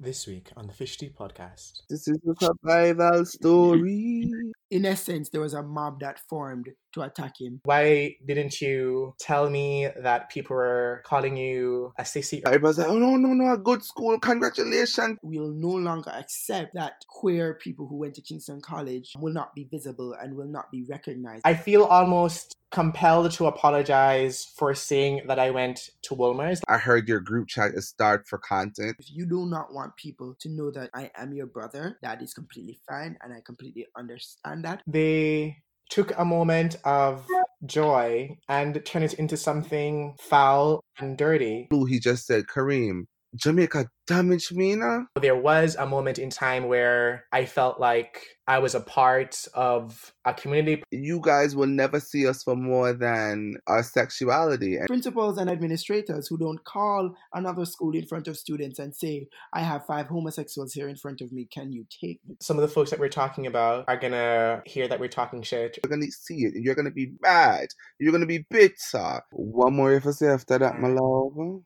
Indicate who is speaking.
Speaker 1: This week on the Fish Tea Podcast.
Speaker 2: This is a survival story.
Speaker 3: In essence, there was a mob that formed to attack him.
Speaker 1: Why didn't you tell me that people were calling you a sissy?
Speaker 2: I was like, oh no, no, no, a good school, congratulations.
Speaker 3: We'll no longer accept that queer people who went to Kingston College will not be visible and will not be recognized.
Speaker 1: I feel almost compelled to apologize for saying that I went to Wilmer's.
Speaker 2: I heard your group chat is starved for content.
Speaker 3: if you do not want people to know that I am your brother, that is completely fine and I completely understand that.
Speaker 1: They took a moment of joy and turned it into something foul and dirty.
Speaker 2: Blue, he just said, Kareem, Jamaica damaged me now.
Speaker 1: There was a moment in time where I felt like I was a part of a community.
Speaker 2: You guys will never see us for more than our sexuality. And
Speaker 3: Principals and administrators who don't call another school in front of students and say, I have five homosexuals here in front of me, can you take me?
Speaker 1: Some of the folks that we're talking about are gonna hear that we're talking shit.
Speaker 2: you're gonna see it. You're gonna be mad. You're gonna be bitter. One more if I say after that, my love.